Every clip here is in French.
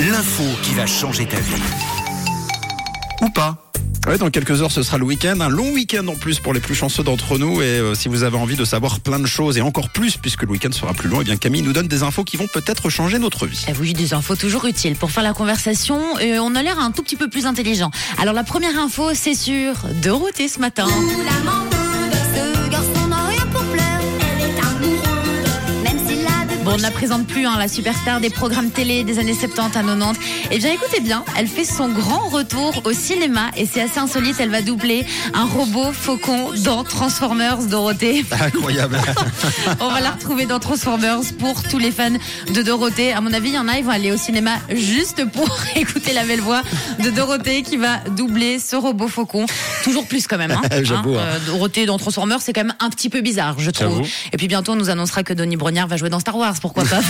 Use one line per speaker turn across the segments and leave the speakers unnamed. l'info qui va changer ta vie. Ou pas.
Ouais, dans quelques heures, ce sera le week-end, un long week-end en plus pour les plus chanceux d'entre nous. Et euh, si vous avez envie de savoir plein de choses et encore plus, puisque le week-end sera plus long, et bien Camille nous donne des infos qui vont peut-être changer notre vie.
Ah oui, des infos toujours utiles pour faire la conversation. euh, on a l'air un tout petit peu plus intelligent. Alors la première info, c'est sur Dorothée ce matin.
La menteuse, ce garçon n'a rien pour plaire. Elle est amoureuse, même s'il a de
Bon, on
beaux
ne la présente plus, hein, la superstar des programmes télé des années 70 à 90. Eh bien, écoutez bien, elle fait son grand retour au cinéma et c'est assez insolite. Elle va doubler un robot faucon dans Transformers, Dorothée.
Incroyable.
On va la retrouver dans Transformers pour tous les fans de Dorothée. À mon avis, il y en a, ils vont aller au cinéma juste pour écouter la belle voix de Dorothée qui va doubler ce robot faucon. Toujours plus quand même. Hein,
J'avoue, hein.
Euh, Dorothée dans Transformers, c'est quand même un petit peu bizarre, je trouve.
J'avoue.
Et puis bientôt, on nous annoncera que Denis Brognard va jouer dans Star Wars. Pourquoi pas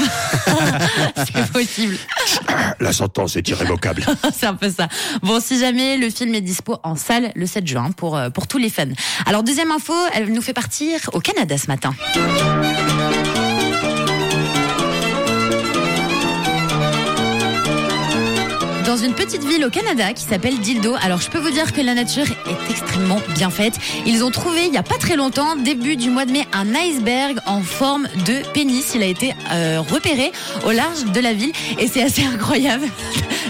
C'est possible.
La sentence est irrévocable.
C'est un peu ça. Bon, si jamais le film est dispo en salle le 7 juin pour, euh, pour tous les fans. Alors, deuxième info, elle nous fait partir au Canada ce matin. Dans une petite ville au Canada qui s'appelle Dildo. Alors, je peux vous dire que la nature est extrêmement bien faite. Ils ont trouvé, il n'y a pas très longtemps, début du mois de mai, un iceberg en forme de pénis. Il a été euh, repéré au large de la ville et c'est assez incroyable.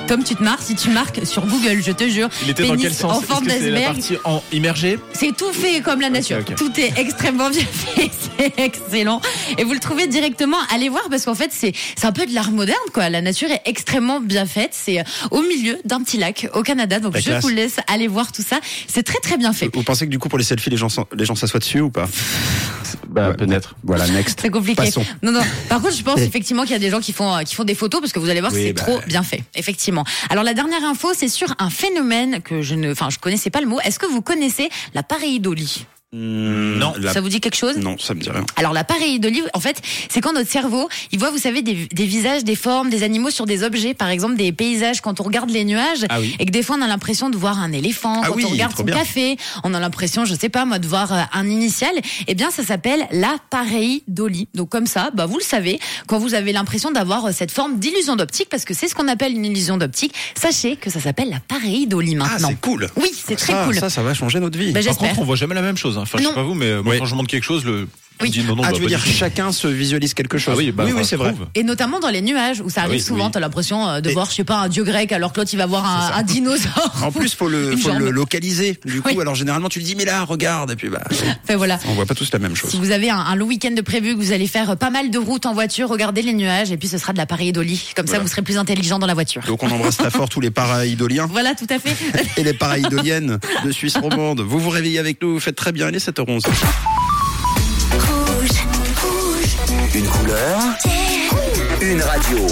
Tom, tu te marres si tu marques sur Google, je te jure.
Il était dans
pénis
quel sens
En
Est-ce
forme
que c'est la
d'iceberg.
partie en immergé
C'est tout fait comme la nature.
ok.
Tout est extrêmement bien fait. C'est excellent. Et vous le trouvez directement. Allez voir parce qu'en fait, c'est c'est un peu de l'art moderne, quoi. La nature est extrêmement bien faite. C'est euh, au milieu d'un petit lac au Canada. Donc,
La
je
classe.
vous laisse aller voir tout ça. C'est très, très bien fait.
Vous pensez que du coup, pour les selfies, les gens s'en- les gens s'assoient dessus ou pas
Bah peut-être.
Voilà, next.
C'est compliqué.
Passons.
Non, non. Par contre, je pense effectivement qu'il y a des gens qui font, euh, qui font des photos parce que vous allez voir,
Oui,
c'est
bah.
trop bien fait. Effectivement. Alors, la dernière info, c'est sur un phénomène que je ne, enfin, je connaissais pas le mot. Est-ce que vous connaissez la pareidolie?
Hmm,
Non.
Ça vous dit quelque chose?
Non, ça me dit rien.
Alors la pareidolie, en fait, c'est quand notre cerveau, il voit, vous savez, des, des visages, des formes, des animaux sur des objets, par exemple des paysages quand on regarde les nuages,
Ah oui.
et que des fois on a l'impression de voir un éléphant,
Ah
quand
oui,
on regarde
trop
son
bien.
café, on a l'impression, je sais pas moi, de voir euh, un initial. Eh bien, ça s'appelle la pareidolie. Donc comme ça, bah vous le savez, quand vous avez l'impression d'avoir euh, cette forme d'illusion d'optique, parce que c'est ce qu'on appelle une illusion d'optique, sachez que ça s'appelle la pareidolie
Ah,
maintenant.
c'est cool.
oui, c'est très
ça,
cool.
Ça, ça va changer notre vie.
Bah,
Par
J'espère.
contre, on voit jamais la même chose. hein. Enfin, je
Non.
sais pas vous, mais moi,
Oui.
quand je montre quelque chose, le on
Oui.
dit non, non.
ah,
bah,
tu veux
pas
dire
du tout.
chacun se visualise quelque chose
Ah oui, bah,
oui,
enfin,
oui, c'est
je
vrai.
trouve.
Et notamment dans les nuages, où ça arrive
oui,
souvent,
oui.
t'as l'impression euh, de
Ah Et-
voir, je sais pas, un dieu grec, alors que l'autre, il va voir un, un dinosaure.
En plus, faut le,
Une
faut le
jambe.
localiser. Du coup,
Oui.
alors généralement, tu le dis, mais là, regarde, et puis bah,
Enfin, voilà.
on voit pas tous la même
Si
chose.
vous avez un, un long week-end de prévu, que vous allez faire euh, pas mal de routes en voiture, regardez les nuages, et puis ce sera de la pareidolie. Comme ça,
Voilà.
vous serez plus intelligent dans la voiture.
Donc, on embrasse très fort tous les paraïdoliens
Voilà, tout à fait.
et les paraïdoliennes de Suisse romande. Vous vous réveillez avec nous, vous faites très bien, il est 7h11.
rouges.
Une couleur. Une radio.